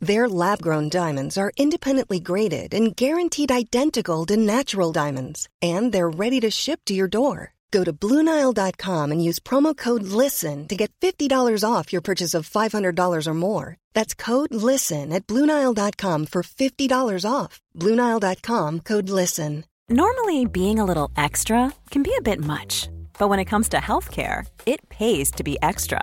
Their lab grown diamonds are independently graded and guaranteed identical to natural diamonds, and they're ready to ship to your door. Go to BlueNile.com and use promo code LISTEN to get $50 off your purchase of $500 or more. That's code LISTEN at BlueNile.com for $50 off. BlueNile.com code LISTEN. Normally, being a little extra can be a bit much, but when it comes to healthcare, it pays to be extra.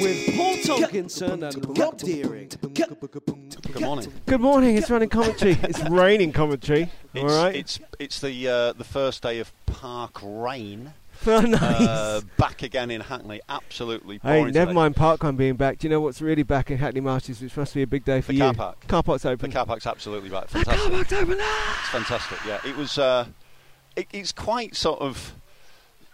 With Paul Tomkinson and Rob Deering. Good morning. Good morning. It's running commentary. It's raining commentary. It's, all right. It's it's the uh, the first day of park rain. Oh, nice. Uh, back again in Hackney. Absolutely. Hey, pouring never today. mind Parkrun being back. Do you know what's really back in Hackney Marshes, which must be a big day for The you? car park. Car park's open. The car park's absolutely right. Fantastic. car park's open. Ah! It's fantastic. Yeah, it was. Uh, it, it's quite sort of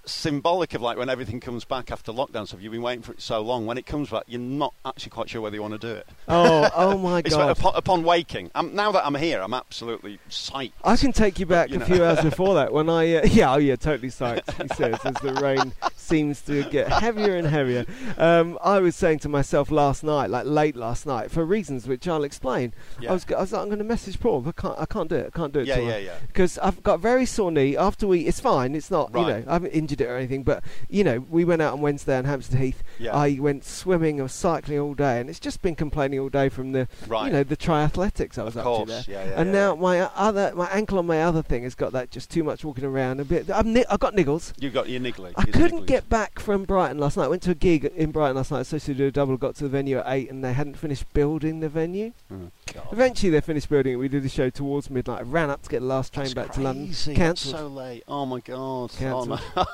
symbolic of like when everything comes back after lockdown. So if you've been waiting for it so long, when it comes back, you're not actually quite sure whether you want to do it. Oh, oh my It's God. upon, upon waking. Um now that I'm here, I'm absolutely psyched. I can take you back You a know. few hours before that when I, uh, yeah, oh yeah, totally psyched, he says, as the rain seems to get heavier and heavier. Um, I was saying to myself last night, like late last night, for reasons which I'll explain, I, Yeah. was, go- I was like, I'm going to message Paul, but I can't, I can't do it, I can't do it Yeah, tomorrow. yeah, yeah. Because I've got very sore knee. After we, it's fine, it's not, you know, Right. I haven't injured it or anything, but, you know, we went out on Wednesday on Hampstead Heath. Yeah. I went swimming or cycling all day, and it's just been complaining all day from the, you Right. know, the triathletics I was up course, to there. yeah, yeah, and yeah. now my other my ankle on my other thing has got that just too much walking around a bit. I'm ni- I've got niggles. You've got your niggly. I It's couldn't niggly. get back from Brighton last night. I went to a gig in Brighton last night, supposed to do a double, got to the venue at 8 and they hadn't finished building the venue. Oh, God. Eventually they finished building it. We did the show towards midnight. I ran up to get the last train That's back to crazy. London. It's Cancelled. So late. Oh my god. Oh, Cancelled. no.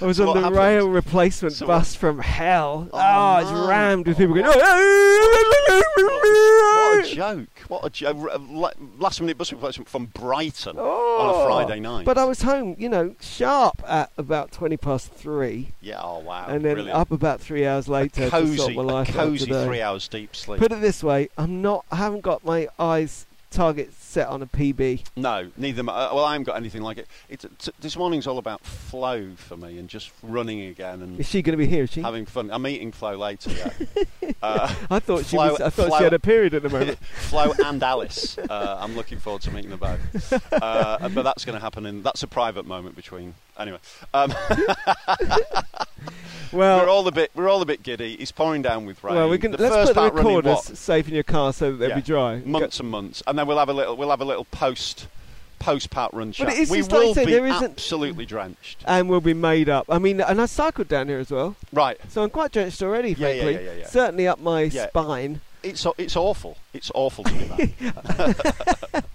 I was So on what the happened? rail replacement So bus from hell. Oh, Oh, it's no. rammed with people going. What a joke! What a joke! Last minute bus replacement from Brighton on a Friday night. Oh. But I was home, you know, sharp at about 20 past three, yeah, oh wow! and then brilliant. up about three hours later a to sort cozy, my life a out cozy today. three hours deep sleep. Put it this way, I'm not, I haven't got my eyes target set on a PB. no, neither. am I. Uh, well, I haven't got anything like it. It's, t- this morning's all about flow for me and just running again and Is she going to be here? Is she? having fun. I'm eating flow later. Yeah. uh, I thought she Flow- was. I thought flow- she had a period at the moment. Flo and Alice. Uh, I'm looking forward to meeting them both. Uh, but that's going to happen in that's a private moment between. Anyway, um, we're Well, all a bit we're all a bit giddy. It's pouring down with rain. well, we can. the Let's first put the part running, recorders what? safe in your car so that they'll Yeah, be dry. Months and months, and then we'll have a little we'll have a little post post part run chat. it is we just like I will say, be there isn't- absolutely drenched. and we'll be made up. I mean, and I cycled down here as well, Right, so I'm quite drenched already. Yeah, yeah, Frankly, yeah, yeah, yeah. certainly up my Yeah. spine. it's aw- it's awful. It's awful to be back.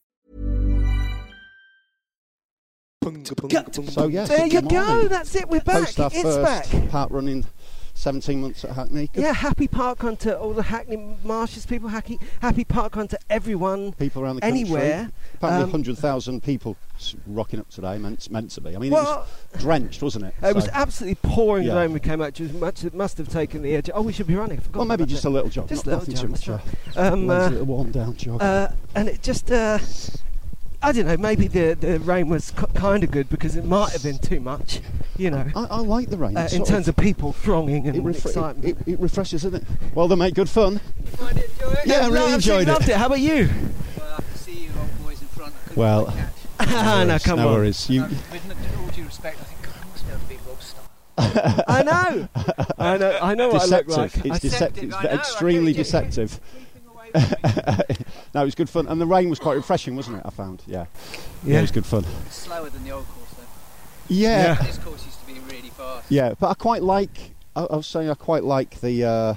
So yeah, There you good go. morning. That's it. We're back. Post our It's first back. Part running, 17 months at Hackney. Good Yeah, happy park run to all the Hackney Marshes people. Happy, happy park run to everyone. People around the Anywhere, country. Apparently, um, 100,000 people s- rocking up today. Meant it's meant to be. I mean, Well- it was drenched, wasn't it? It was So- absolutely pouring Yeah. rain when we came out. It, was much, it must have taken the edge. Oh, we should be running. I forgot Well, maybe about just that. a little jog. Just not, a little nothing jog. too much. that's yeah. right. Um, Loads uh, of little warm down jog. uh, and it just, uh, I don't know, maybe the, the rain was c- kind of good because it might have been too much, you know, I, I like the rain. uh, It's in sort terms of people thronging and it, refre- excitement. it, it, it refreshes, isn't it? Well, they make good fun. No, Yeah, I really I absolutely enjoyed loved it. it. How about you? Well, I can see you old boys in front. I couldn't Well, quite catch. Ah, no, come no on. worries. You, And I- with all due respect, I think God, I must be able to be Rob's style. I know. I know. I know what deceptive. I look like. It's I- deceptive. Deceptive, I It's know, I extremely told you. deceptive. Keeping away from me. no, it was good fun, and the rain was quite refreshing, wasn't it? I found. Yeah. Yeah. it was good fun. It's slower than the old course though. Yeah. Yeah. This course used to be really fast. Yeah, but I quite like. I, I was saying I quite like the. Uh,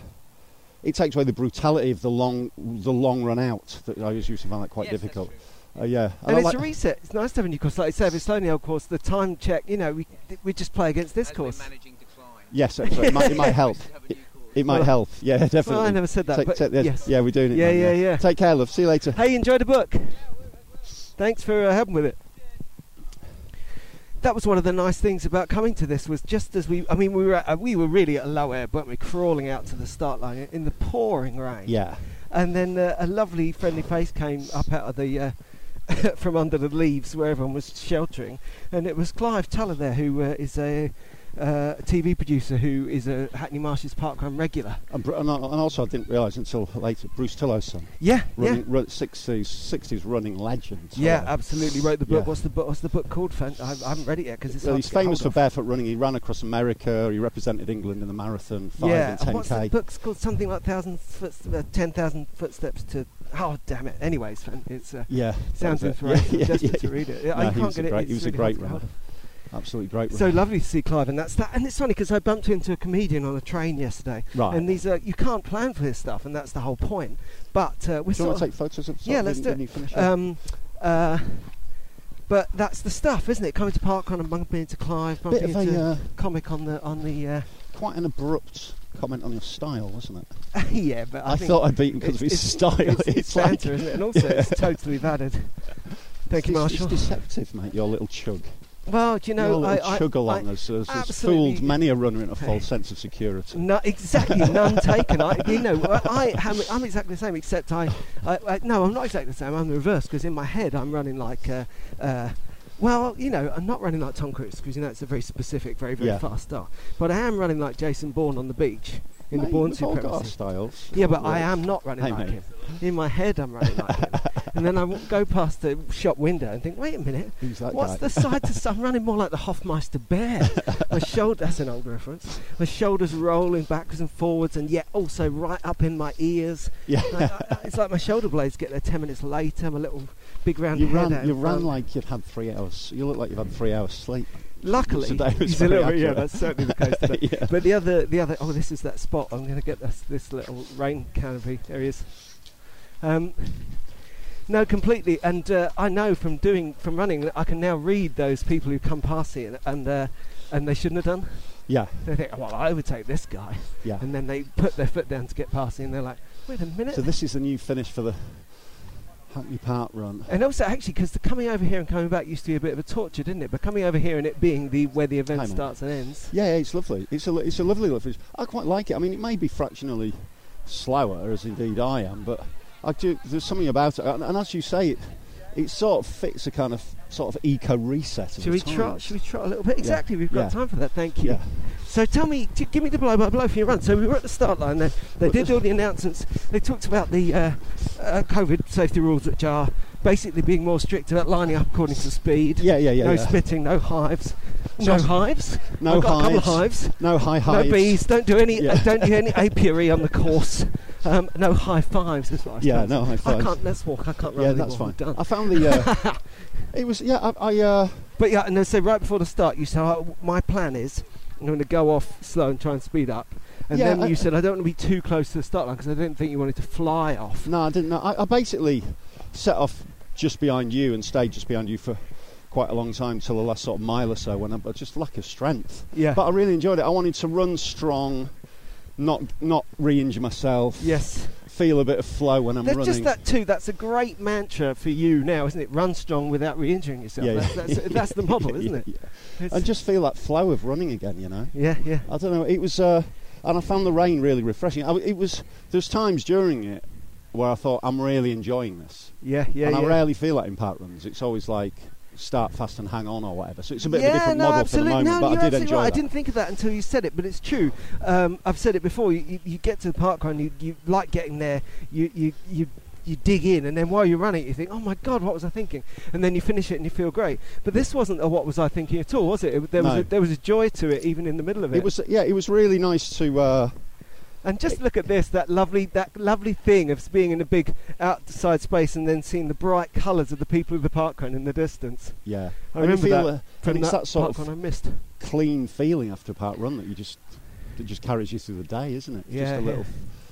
it takes away the brutality of the long, the long run out. That I used to find that quite Yes, that's difficult. true. Uh, yeah, and I it's like- a reset. It's nice to have a new course. Like you say, if it's only old course, the time check, you know, we, we just play against this As course. We're managing decline. yes, that's right. it, might, it might help. Have It, a new course. it might Well- help. Yeah, definitely. Well, I never said that, Take- but take the- yes. Yeah, we're doing it. Yeah, man, yeah, yeah. Take care, love. See you later. Hey, enjoy the book. Thanks for uh, helping with it. That was one of the nice things about coming to this was just as we, I mean, we were at, uh, we were really at a low ebb, weren't we? Crawling out to the start line in the pouring rain. Yeah. And then uh, a lovely friendly face came up out of the uh, from under the leaves where everyone was sheltering, and it was Clive Tuller there, who uh, is a uh, TV producer who is a Hackney Marshes Parkrun regular. And, Bru- and, al- and also, I didn't realise until later, Bruce Tillow's son, Yeah, running, yeah. run, 60s, 60s running legend. Yeah, Tillow. absolutely. Wrote the book. Yeah. What's the book? What's the book called? Fan- I, I haven't read it yet because it's. Well, hard he's to get famous for hold barefoot running. He ran across America. He represented England in the marathon, of. five yeah, and ten what's k. the book's called? Something like thousand footsteps, uh, ten thousand footsteps to. Oh damn it! Anyways, fan- it's uh, Yeah, that sounds was it. inspirational. Yeah, yeah, just yeah, to yeah. read it. Yeah, No, I he can't was get a it. great, It's he was really a great hard to get hold runner, of. absolutely great So runner. lovely to see Clive, and that's that. And it's funny because I bumped into a comedian on a train yesterday. Right. And these are you can't plan for this stuff, and that's the whole point. But uh, we're Do you sort want to of, take photos of? yeah, let's do didn't, it. You finish it? Um, uh, but that's the stuff, isn't it? Coming to Parkrun and bumping into Clive, bumping Bit of into a uh, comic on the on the. Uh, quite an abrupt comment on your style, wasn't it? yeah, but I, I, think thought I'd beaten because it's- it's- of his style. It's, it's, like banter, isn't it? And also, it's totally valid. Thank it's, you, it's Marshall. deceptive, mate. Your little chug. well, do you your know, I, little I, chug along I- has, has, has absolutely- fooled many a runner into a false sense of security. No, exactly. None taken. I, you know, I, I am, I'm exactly the same. Except I, I, I, no, I'm not exactly the same. I'm the reverse because in my head I'm running like, uh, uh, well, you know, I'm not running like Tom Cruise because you know it's a very specific, very very Yeah. fast start. But I am running like Jason Bourne on the beach in Mate, the Bourne we've all got our supremacy. styles. Yeah, but I Right. am not running Hey, like mate. him. In my head, I'm running like him. And then I w- go past the shop window and think, wait a minute, Who's that what's guy? the side to side? I'm running more like the Hoffmeister bear. My shoulder, that's an old reference. My shoulders rolling backwards and forwards, and yet also right up in my ears. Yeah. Like, I- I- it's like my shoulder blades get there 10 minutes later, my little big round Um, You head ran, out you in ran front. like you'd had three hours. You look like you've had three hours sleep. Luckily, today was he's a little very bit, yeah, accurate. that's certainly the case today. Yeah. But the other, the other, oh, this is that spot. I'm going to get this, this little rain canopy. There he is. Um, no, completely. And uh, I know from doing, from running, that I can now read those people who come past here and uh, and they shouldn't have done. Yeah, They think, well, I overtake this guy, yeah. and then they put their foot down to get past me, and they're like, wait a minute. So this is the new finish for the Hackney Park run. and also, actually, because coming over here and coming back used to be a bit of a torture, didn't it? But coming over here and it being the where the event Hang on. starts and ends. Yeah, yeah, it's lovely. It's a lo- it's a lovely little finish. I quite like it. I mean, it may be fractionally slower, as indeed I am, but I do. There's something about it, and, and as you say, it it sort of fits a kind of sort of eco reset. Of Should the we trot? times. Should we trot a little bit? Exactly, we've got Yeah. time for that. Thank you. Yeah. So tell me, t- give me the blow by blow for your run. So we were at the start line. They, they did all the announcements. They talked about the uh, uh, COVID safety rules, which are basically being more strict about lining up according to speed. Yeah, yeah, yeah. no yeah. spitting, no hives. No Shots- hives. No I've got A hives. couple of hives. No high hives. No bees. Don't do any. Yeah. uh, don't do any apiary on the course. Um, no high fives. Is what I Yeah, suppose. no high I fives. can't. Let's walk. I can't run Yeah, anymore. that's I'm fine. done. I found the. Uh, it was yeah. I, I uh, But yeah, and they say right before the start, you said, oh, my plan is I'm going to go off slow and try and speed up. And Yeah, then I- you said, I don't want to be too close to the start line because I didn't think you wanted to fly off. no, I didn't know. I, I basically set off just behind you and stayed just behind you for quite a long time till the last sort of mile or so. When I but just lack of strength. Yeah. But I really enjoyed it. I wanted to run strong, not not re-injure myself. Yes. Feel a bit of flow when I'm There's running. just that too. That's a great mantra for you now, isn't it? Run strong without re-injuring yourself. Yeah, that's, yeah. that's, that's the model, isn't it? Yeah, It's- And just feel that flow of running again. You know. yeah, yeah. I don't know. It was, uh, and I found the rain really refreshing. I, it was. There's times during it where I thought I'm really enjoying this, Yeah, yeah, and yeah. I rarely feel that in part runs. It's always like start fast and hang on or whatever. So it's a bit yeah, of a different no, model absolutely. for the no, moment, but you're I did absolutely enjoy right. that. I didn't think of that until you said it, but it's true. Um, I've said it before. You, you, you get to the park run, you, you like getting there. You, you you you dig in, and then while you're running, you think, "Oh my god, what was I thinking?" And then you finish it, and you feel great. But this wasn't a "What was I thinking?" at all, was it? it there was No. a, there was a joy to it, even in the middle of it. It was, yeah, it was really nice to. Uh, And just look at this, that lovely, that lovely thing of being in a big outside space and then seeing the bright colours of the people of the park run in the distance. yeah, I and you remember feel that a- From and it's that sort park run I of missed. clean feeling after a part run that you just that just carries you through the day, isn't it? Yeah, just yeah. a little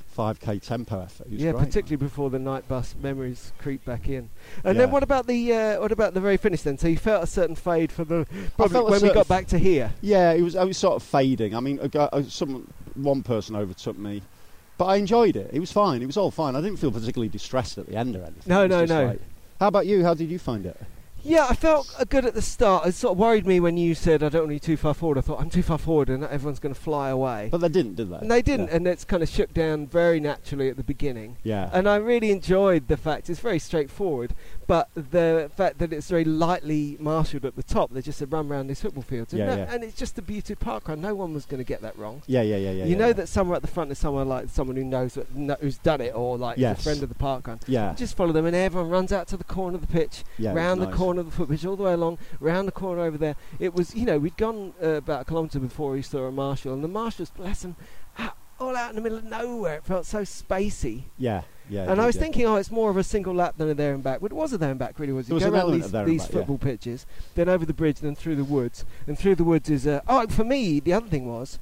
five k tempo effort. It was yeah, great, man. particularly before the night bus memories creep back in. And Yeah. then what about the uh, what about the very finish then? So you felt a certain fade for the probably felt a when we certain got f- back to here. Yeah, it was. I was sort of fading. I mean, a guy, uh, some one person overtook me, but I enjoyed it. It was fine. It was all fine. I didn't feel particularly distressed at the end or anything. No, It was no, just no. like- how about you? How did you find it? Yeah, I felt uh, good at the start. It sort of worried me when you said I don't want to be too far forward. I thought I'm too far forward and everyone's going to fly away. But they didn't, did they? and they didn't, Yeah. and it's kind of shook down very naturally at the beginning. Yeah. And I really enjoyed the fact it's very straightforward, but the fact that it's very lightly marshalled at the top. They just said run round these football fields, and, Yeah, that- yeah. and it's just the beauty of parkrun. No one was going to get that wrong. yeah, yeah, yeah, yeah. you yeah, know yeah. that somewhere at the front is someone like someone who knows what, kno- who's done it or like is a Yes. friend of the park run. Yeah. Just follow them, and everyone runs out to the corner of the pitch, Yeah, it was round the nice. corner of the footbridge, all the way along, round the corner over there. It was, you know, we'd gone uh, about a kilometre before we saw a marshal, and the marshals, bless them, all out in the middle of nowhere. It felt so spacey. Yeah, yeah. it And did, I was yeah. thinking, oh, it's more of a single lap than a there and back. But it was a there and back, really, was it? There was you an go around element these, of there and these back, yeah. football pitches, then over the bridge, then through the woods. And through the woods is. Uh, oh, for me, the other thing was,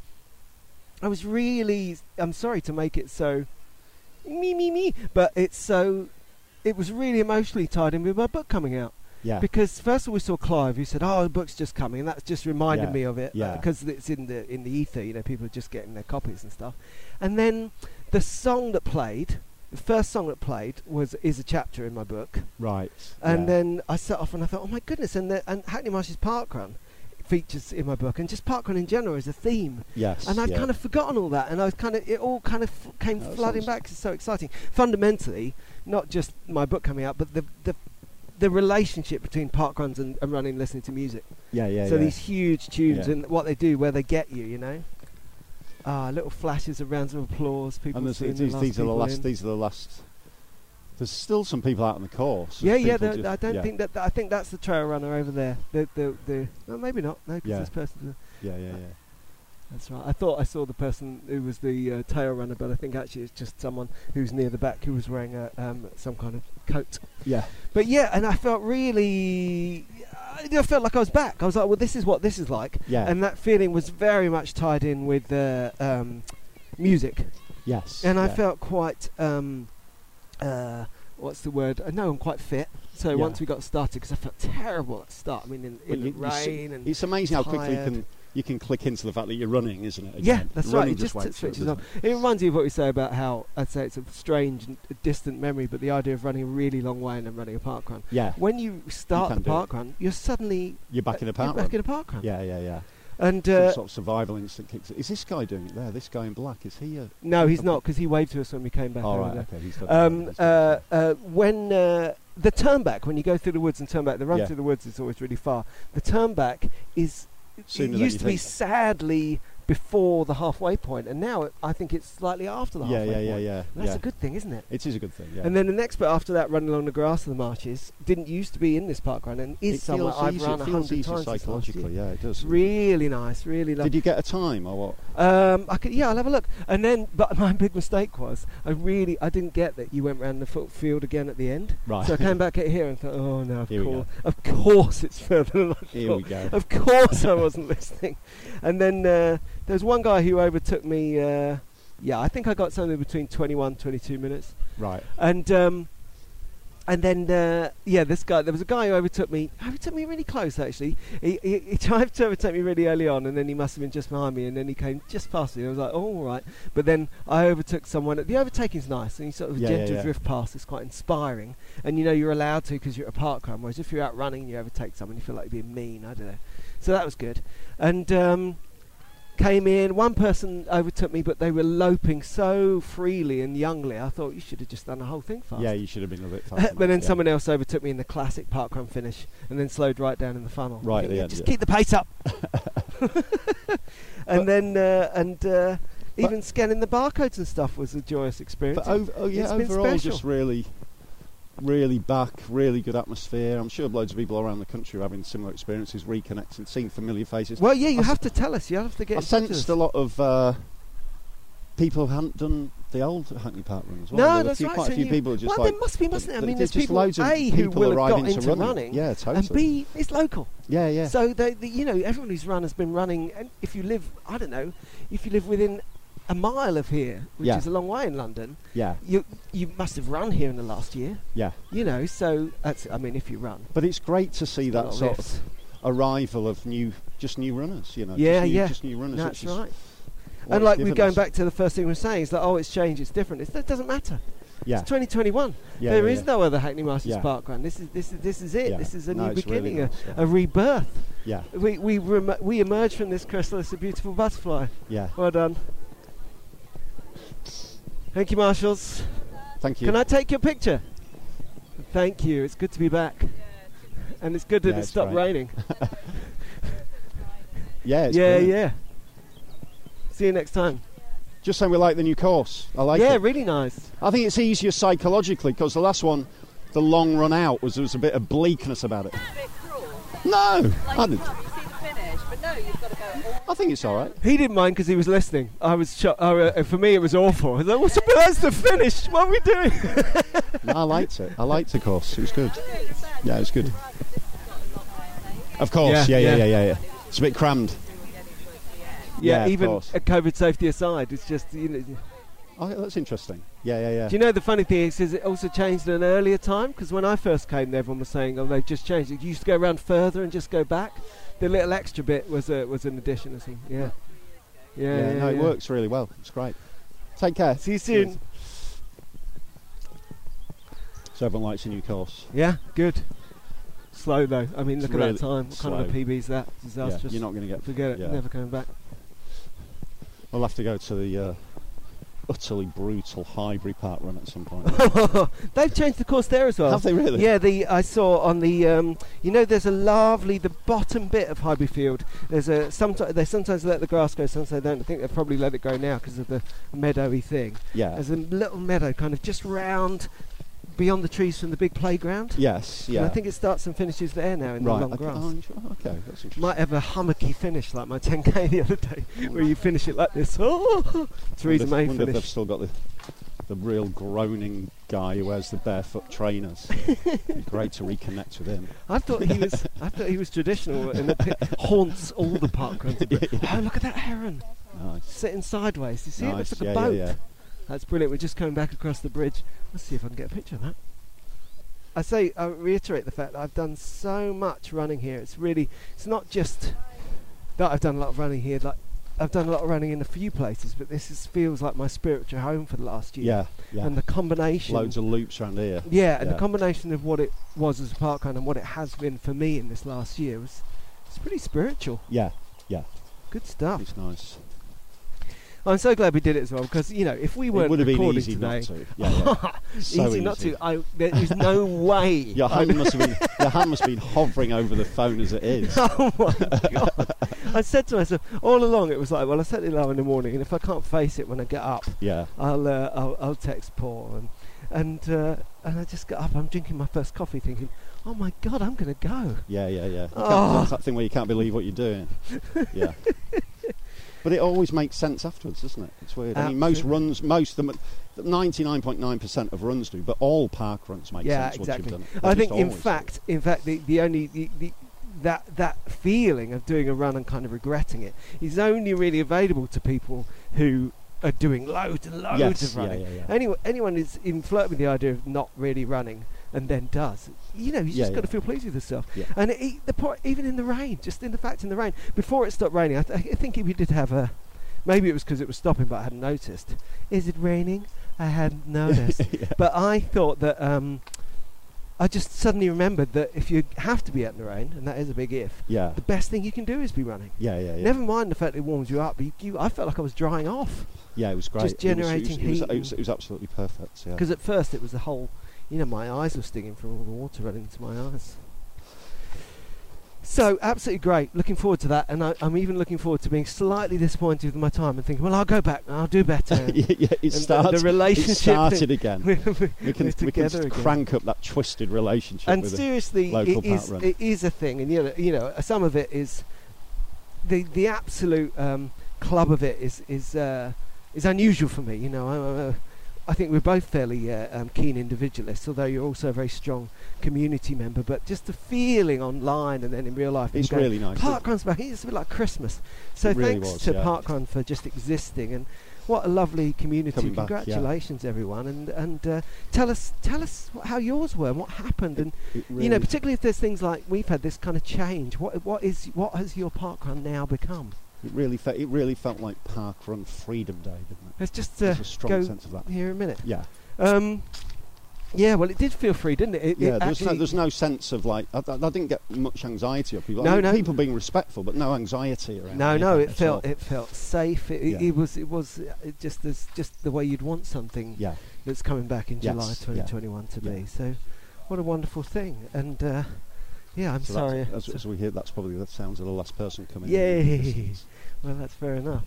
I was really. I'm sorry to make it so. Me, me, me. But it's so. It was really emotionally tied in with my book coming out. Yeah. Because first of all, we saw Clive, who said, "Oh, the book's just coming," and that's just reminded Yeah, me of it. yeah. Because it's in the in the ether, you know, people are just getting their copies and stuff. And then the song that played, the first song that played was is a chapter in my book. right. And yeah. then I set off and I thought, "Oh my goodness!" And the, and Hackney Marsh's parkrun features in my book, and just parkrun in general is a theme. Yes. And I'd yeah. kind of forgotten all that, and I was kind of it all kind of f- came That flooding sounds- back. It's so exciting. Fundamentally, not just my book coming out, but the the, the relationship between park runs and, and running, and listening to music. Yeah, yeah, so yeah. these huge tunes Yeah. and what they do, where they get you, you know. Ah, little flashes of rounds of applause. People and there's, seeing these, the last these are the people last. in. These are the last. There's still some people out on the course. Yeah, There's yeah. people the- just- I don't yeah, think that. I think that's the trail runner over there. The the the. No, maybe not. No, because Yeah. this person. Yeah, yeah, yeah. That's right. I thought I saw the person who was the uh, tail runner, but I think actually it's just someone who's near the back who was wearing a, um, some kind of coat. Yeah. But yeah, and I felt really. I I felt like I was back. I was like, well, this is what this is like. Yeah. And that feeling was very much tied in with uh, um, music. Yes. And I yeah. felt quite. Um, uh, what's the word? I know I'm quite fit. So Yeah. once we got started, because I felt terrible at the start. I mean, in, Well, in you- the you s- rain and. it's amazing how quickly you tired. can you can click into the fact that you're running, isn't it? Yeah, again? that's right. running It just, wakes you up, switches doesn't on. It reminds you of what we say about how I'd say it's a strange, and distant memory, but the idea of running a really long way and then running a park run. it? Yeah, When you start can the do it. park run, you're suddenly uh, you're back in a park. you're back run. in a park run. Yeah, yeah, yeah. And Some uh, sort of survival instinct kicks in. Is this guy doing it there? This guy in black, is he a. no, he's not because he waved to us when we came back. All over right, there. okay, he's done it. Um, He's done uh, it. uh, when uh, the turn back, when you go through the woods and turn back, the run Yeah. through the woods is always really far. The turn back is Sooner it than used you to be think. sadly before the halfway point, and now it, I think it's slightly after the Yeah, halfway yeah, point. yeah, yeah. And that's yeah. a good thing, isn't it? It is a good thing, yeah. uh, And then the next bit after that, running along the grass of the marshes, didn't used to be in this park run, and is it somewhere feels I've easier, run a it feels hundred easier times this last year. psychologically, yeah, it does. It's really nice, really lovely. Did you get a time or what? Um, I could, yeah, I'll have a look. And then, but my big mistake was I really I didn't get that you went round the foot field again at the end. Right. So I came back at here and thought, oh no, of Here we go. course, of course it's further than I thought. Here we go. Of course I wasn't listening. And then uh, there was one guy who overtook me. Uh, yeah, I think I got something between 21, 22 minutes. Right. And um, and then uh, yeah, this guy. There was a guy who overtook me. Overtook me really close actually. He, he, he tried to overtake me really early on, and then he must have been just behind me, and then he came just past me. And I was like, oh, all right. But then I overtook someone. The overtaking's nice, and you sort of Yeah, yeah, gentle yeah. drift past. It's quite inspiring, and you know you're allowed to because you're at a park run. Whereas if you're out running, and you overtake someone, you feel like you're being mean. I don't know. So that was good, and. Um, came in. One person overtook me, but they were loping so freely and youngly. I thought you should have just done the whole thing fast. Yeah, you should have been a bit faster. but then mate, yeah. someone else overtook me in the classic parkrun finish, and then slowed right down in the funnel. Right I at think, the "Yeah, end, just yeah." keep the pace up. and then uh, and uh, But- even scanning the barcodes and stuff was a joyous experience. But over, oh yeah, It's been overall, special. just really, really back, really good atmosphere. I'm sure loads of people around the country are having similar experiences, reconnecting, seeing familiar faces. well, yeah, you I s- have to tell us. You have to get. I in touch with us. sensed a lot of uh, people who hadn't done the old Hackney Park run as well. No, there were that's few- right, quite so a few you- people just well, like. there must be, mustn't there? I mean, there's there's just people, loads of A, who people will have arriving got to into running. running, Yeah, and totally. B, it's local. yeah, yeah. So they, the, you know, everyone who's run has been running. And if you live, I don't know, if you live within a mile of here, which Yeah. is a long way in London, yeah, you you must have run here in the last year. yeah. You know, so that's. I mean, if you run. But it's great to see Not that sort this. of arrival of new, just new runners. You know, Yeah, just new, yeah. just new runners. That's which is right. And what it's like we're given going us. back to the first thing we we're saying is that oh, it's changed, it's different. It's, that doesn't matter. Yeah, It's 2021. Yeah, There yeah, is yeah. no other Hackney Masters Yeah. Park Run. This is this is this is it. Yeah. This is a No, new it's really beginning, nice, yeah. a, a rebirth. yeah, We we rem- we emerge from this chrysalis a beautiful butterfly. yeah. Well done. Thank you, marshals. Thank you. Can I take your picture? Thank you. It's good to be back. And it's good that Yeah, it it's stopped great. raining. Yeah, it's yeah, brilliant. yeah. See you next time. Just saying, we like the new course. I like yeah, it. really nice. I think it's easier psychologically because the last one, the long run out, was there was a bit of bleakness about it. a bit cruel. No, Like I, you didn't. can't you see the finish, but no, you've got to go all I think it's all right. He didn't mind because he was listening. I was shocked. Oh, uh, for me, it was awful. I was like, What's the, that's the finish. What are we doing? No, I liked it. I liked the course. It was good. Yeah, it was good. Of course. Yeah, Yeah, yeah, yeah, yeah. yeah. yeah. It's a bit crammed. Yeah, of even course. uh, COVID safety aside, it's just you know. Oh, that's interesting. Yeah, yeah, Do yeah. you know the funny thing is, is it also changed at an earlier time? Because when I first came, everyone was saying, "Oh, they've just changed it." You used to go around further and just go back. The little extra bit was a, was an addition. I think. Yeah. Yeah. Yeah, yeah, no, it yeah. works really well. It's great. Take care. See you soon. So everyone likes a new course. Yeah. Good. Slow though. I mean, It's look really at that time. What kind of a slow. PB is that? Yeah, Disastrous. you're not going to get. Forget it. yeah. Never coming back. We'll have to go to the uh, utterly brutal Highbury Park run at some point. They've changed the course there as well. Have they really? Yeah, the I saw on the um, you know there's a lovely the bottom bit of Highbury Field. There's a sometimes they sometimes let the grass go, sometimes they don't. I think they probably let it go now because of the meadowy thing. Yeah. There's a little meadow kind of just round beyond the trees from the big playground. Yes, And yeah. I think it starts and finishes there now in right. the long okay. grass. Oh, inter- oh, okay, that's interesting. Might have a hummocky finish like my 10k the other day, where you finish it like this. Oh, Theresa wonder, May wonder if finish. they've still got the the real groaning guy who wears the barefoot trainers. It'd be great to reconnect with him. I thought he was. I thought he was traditional and it haunts all the park runs. Oh, look at that heron Nice. sitting sideways. You see, it nice. looks like yeah, a boat. yeah, yeah. That's brilliant. We're just coming back across the bridge. Let's see if I can get a picture of that. I say, I reiterate the fact that I've done so much running here. It's really, it's not just that I've done a lot of running here. Like I've done a lot of running in a few places, but this is, feels like my spiritual home for the last year. Yeah, yeah. And the combination. Loads of loops around here. Yeah, and Yeah. the combination of what it was as a parkrun and what it has been for me in this last year was it's pretty spiritual. Yeah, yeah. Good stuff. It's nice. I'm so glad we did it as well because you know if we weren't it would have been recording easy today, not to. Yeah, yeah. So easy, not to. I, there is no way. Your hand must have been your hand must have been hovering over the phone as it is. oh my god! I said to myself all along, it was like, well, I set the alarm in the morning, and if I can't face it when I get up, Yeah. I'll uh, I'll, I'll text Paul and and uh, and I just got up. I'm drinking my first coffee, thinking, oh my god, I'm gonna go. Yeah, yeah, yeah. You can't- Oh. It's that thing where you can't believe what you're doing. Yeah. but it always makes sense afterwards, doesn't it? It's weird. I mean, most Absolutely. runs, most the ninety-nine point nine percent of runs do, but all park runs make yeah, sense exactly. once you've done it. They I just think, in always do. fact, in fact, the, the only the, the that that feeling of doing a run and kind of regretting it is only really available to people who are doing loads and loads Yes, of yeah, running. yeah, yeah. Anyone anyone is in flirt with the idea of not really running and then does. You know, you Yeah, just got to yeah. feel pleased with yourself. Yeah. And it, the point, even in the rain, just in the fact in the rain, before it stopped raining, I, th- I think we did have a. Maybe it was because it was stopping, but I hadn't noticed. Is it raining? I hadn't noticed. But I thought that um, I just suddenly remembered that if you have to be out in the rain, and that is a big if, Yeah. the best thing you can do is be running. Yeah, yeah, yeah. Never mind the fact it warms you up. But you, I felt like I was drying off yeah, it was great. just It was- generating it was, heat It was, it was, and- it was absolutely perfect. Yeah. because at first it was the whole, you know, my eyes were stinging from all the water running into my eyes. So absolutely great. Looking forward to that, and I, I'm even looking forward to being slightly disappointed with my time and thinking, well, I'll go back and I'll do better. yeah, yeah, it the- the started. relationship it started thing- again. We're- we're- we we're can, we can together just again. crank up that twisted relationship. and with it. seriously, local it is park run. it is a thing, and you know, you know, some of it is the the absolute um, club of it is is uh, is unusual for me. You know, I, I, I think we're both fairly uh, um, keen individualists, although you're also a very strong community member. But just the feeling online and then in real life, It's people really nice, isn't it? Parkrun's back. It's a bit like Christmas. So It really thanks was, to yeah. Parkrun for just existing and. What a lovely community! Coming back, yeah. Congratulations, everyone, and and uh, tell us tell us wh- how yours were and what happened, and It you know, really- particularly if there's things like we've had this kind of change. What what is what has your parkrun now become? It really, fe- it really felt like Park Run Freedom Day, didn't it? Let's just uh, There's a strong go sense of that. here a minute. Yeah, Um, yeah, well, it did feel free, didn't it? It- yeah. it There's no, actually- there's no sense of like I, I, I didn't get much anxiety of people. I No, mean, no. people being respectful, but no anxiety around. no, anything no, it at felt all. it felt safe. It, it, Yeah. it was it was uh, it just there's just the way you'd want something Yeah, that's coming back in Yes, July yeah. 2021 to Yeah. be. So, what a wonderful thing! And uh, yeah, I'm so that's- sorry. As, as we hear, that's probably the sounds of the last person coming. in. Yay! Well, that's fair enough.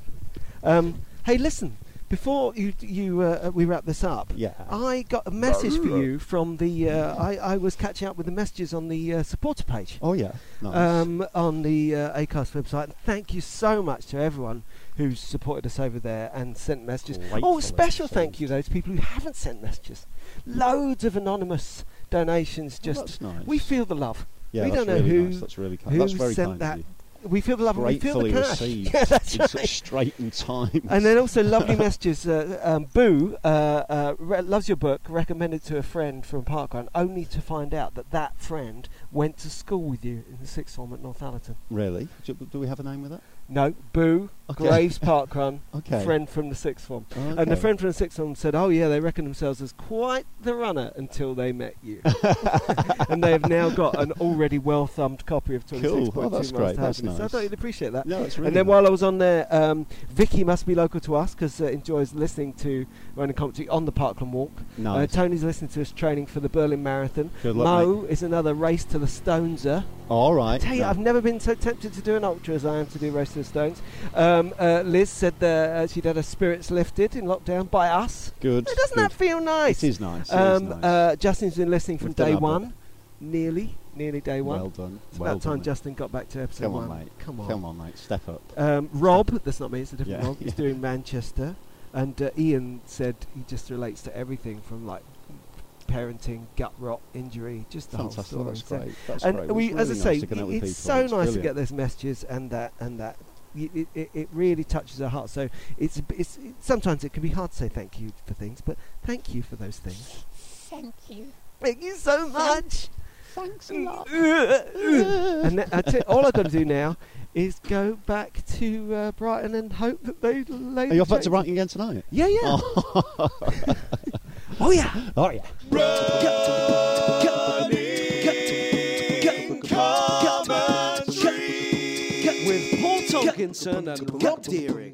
Um, hey, listen. Before you you uh, we wrap this up, Yeah. I got a message for you from the. Uh, I I was catching up with the messages on the uh, supporter page Oh yeah, nice. um, on the uh, Acast website. And thank you so much to everyone who's supported us over there and sent messages. Oh, Gratefully special thank sent. you though to people who haven't sent messages. Loads of anonymous donations. Well, Just that's nice. we feel the love. yeah, we that's don't know really who Nice. That's really kind. who That's very sent kind that. of you. We feel the love. and We feel Gratefully the cash. received Yeah, that's in right. such straitened times. And then also lovely messages. Uh, um, Boo uh, uh, re- loves your book, recommended to a friend from Parkrun, only to find out that that friend went to school with you in the sixth form at Northallerton. really, do, do we have a name with that? No, Boo, Okay. Graves Parkrun, Okay. friend from the sixth form. Oh, And the okay. friend from the sixth form said, Oh, yeah, they reckon themselves as quite the runner until they met you. and they have now got an already well thumbed copy of 26.2 Cool. Oh, Miles that's to great. That's Happiness. So I nice. thought you'd appreciate that. No, it's really and then nice. while I was on there, um, Vicky must be local to us because uh, enjoys listening to Running Commentary on the Parkland Walk. Nice. Uh, Tony's listening to us training for the Berlin Marathon. Good luck, Mo is another race to the Stoneser. All right. Tell you, no. I've never been so tempted to do an ultra as I am to do Race to the Stones. Um, uh, Liz said that uh, she'd had her spirits lifted in lockdown by us. Good. It doesn't good. that feel nice? It is nice. it is Um, nice. uh, Justin's been listening from We've done day our bit. one, nearly, nearly day one. Well done. it's well about done, time mate. Justin got back to episode Come one. on, mate. Come on. Come on, mate. Step up. Um, Rob, that's not me, it's a different Yeah. Rob, he's doing Manchester. And uh, Ian said he just relates to everything from like parenting, gut rot, injury, just the Fantastic. whole story. That's So- great. That's and great. we, It's as I really say, nice to connect it- with it's people. so nice to brilliant. get those messages and that and that. Y- It, it, it really touches our heart. So it's, it's it, sometimes it can be hard to say thank you for things, but thank you for those things. Thank you. Thank you so much. Thanks a lot. and then, I tell- all I've got to do now is go back to uh, Brighton and hope that they. they Are you off back change it. Oh, to Brighton again tonight? Yeah, yeah. oh yeah. Oh yeah. Running commentary. with Paul Tolkinson and Rob Deering.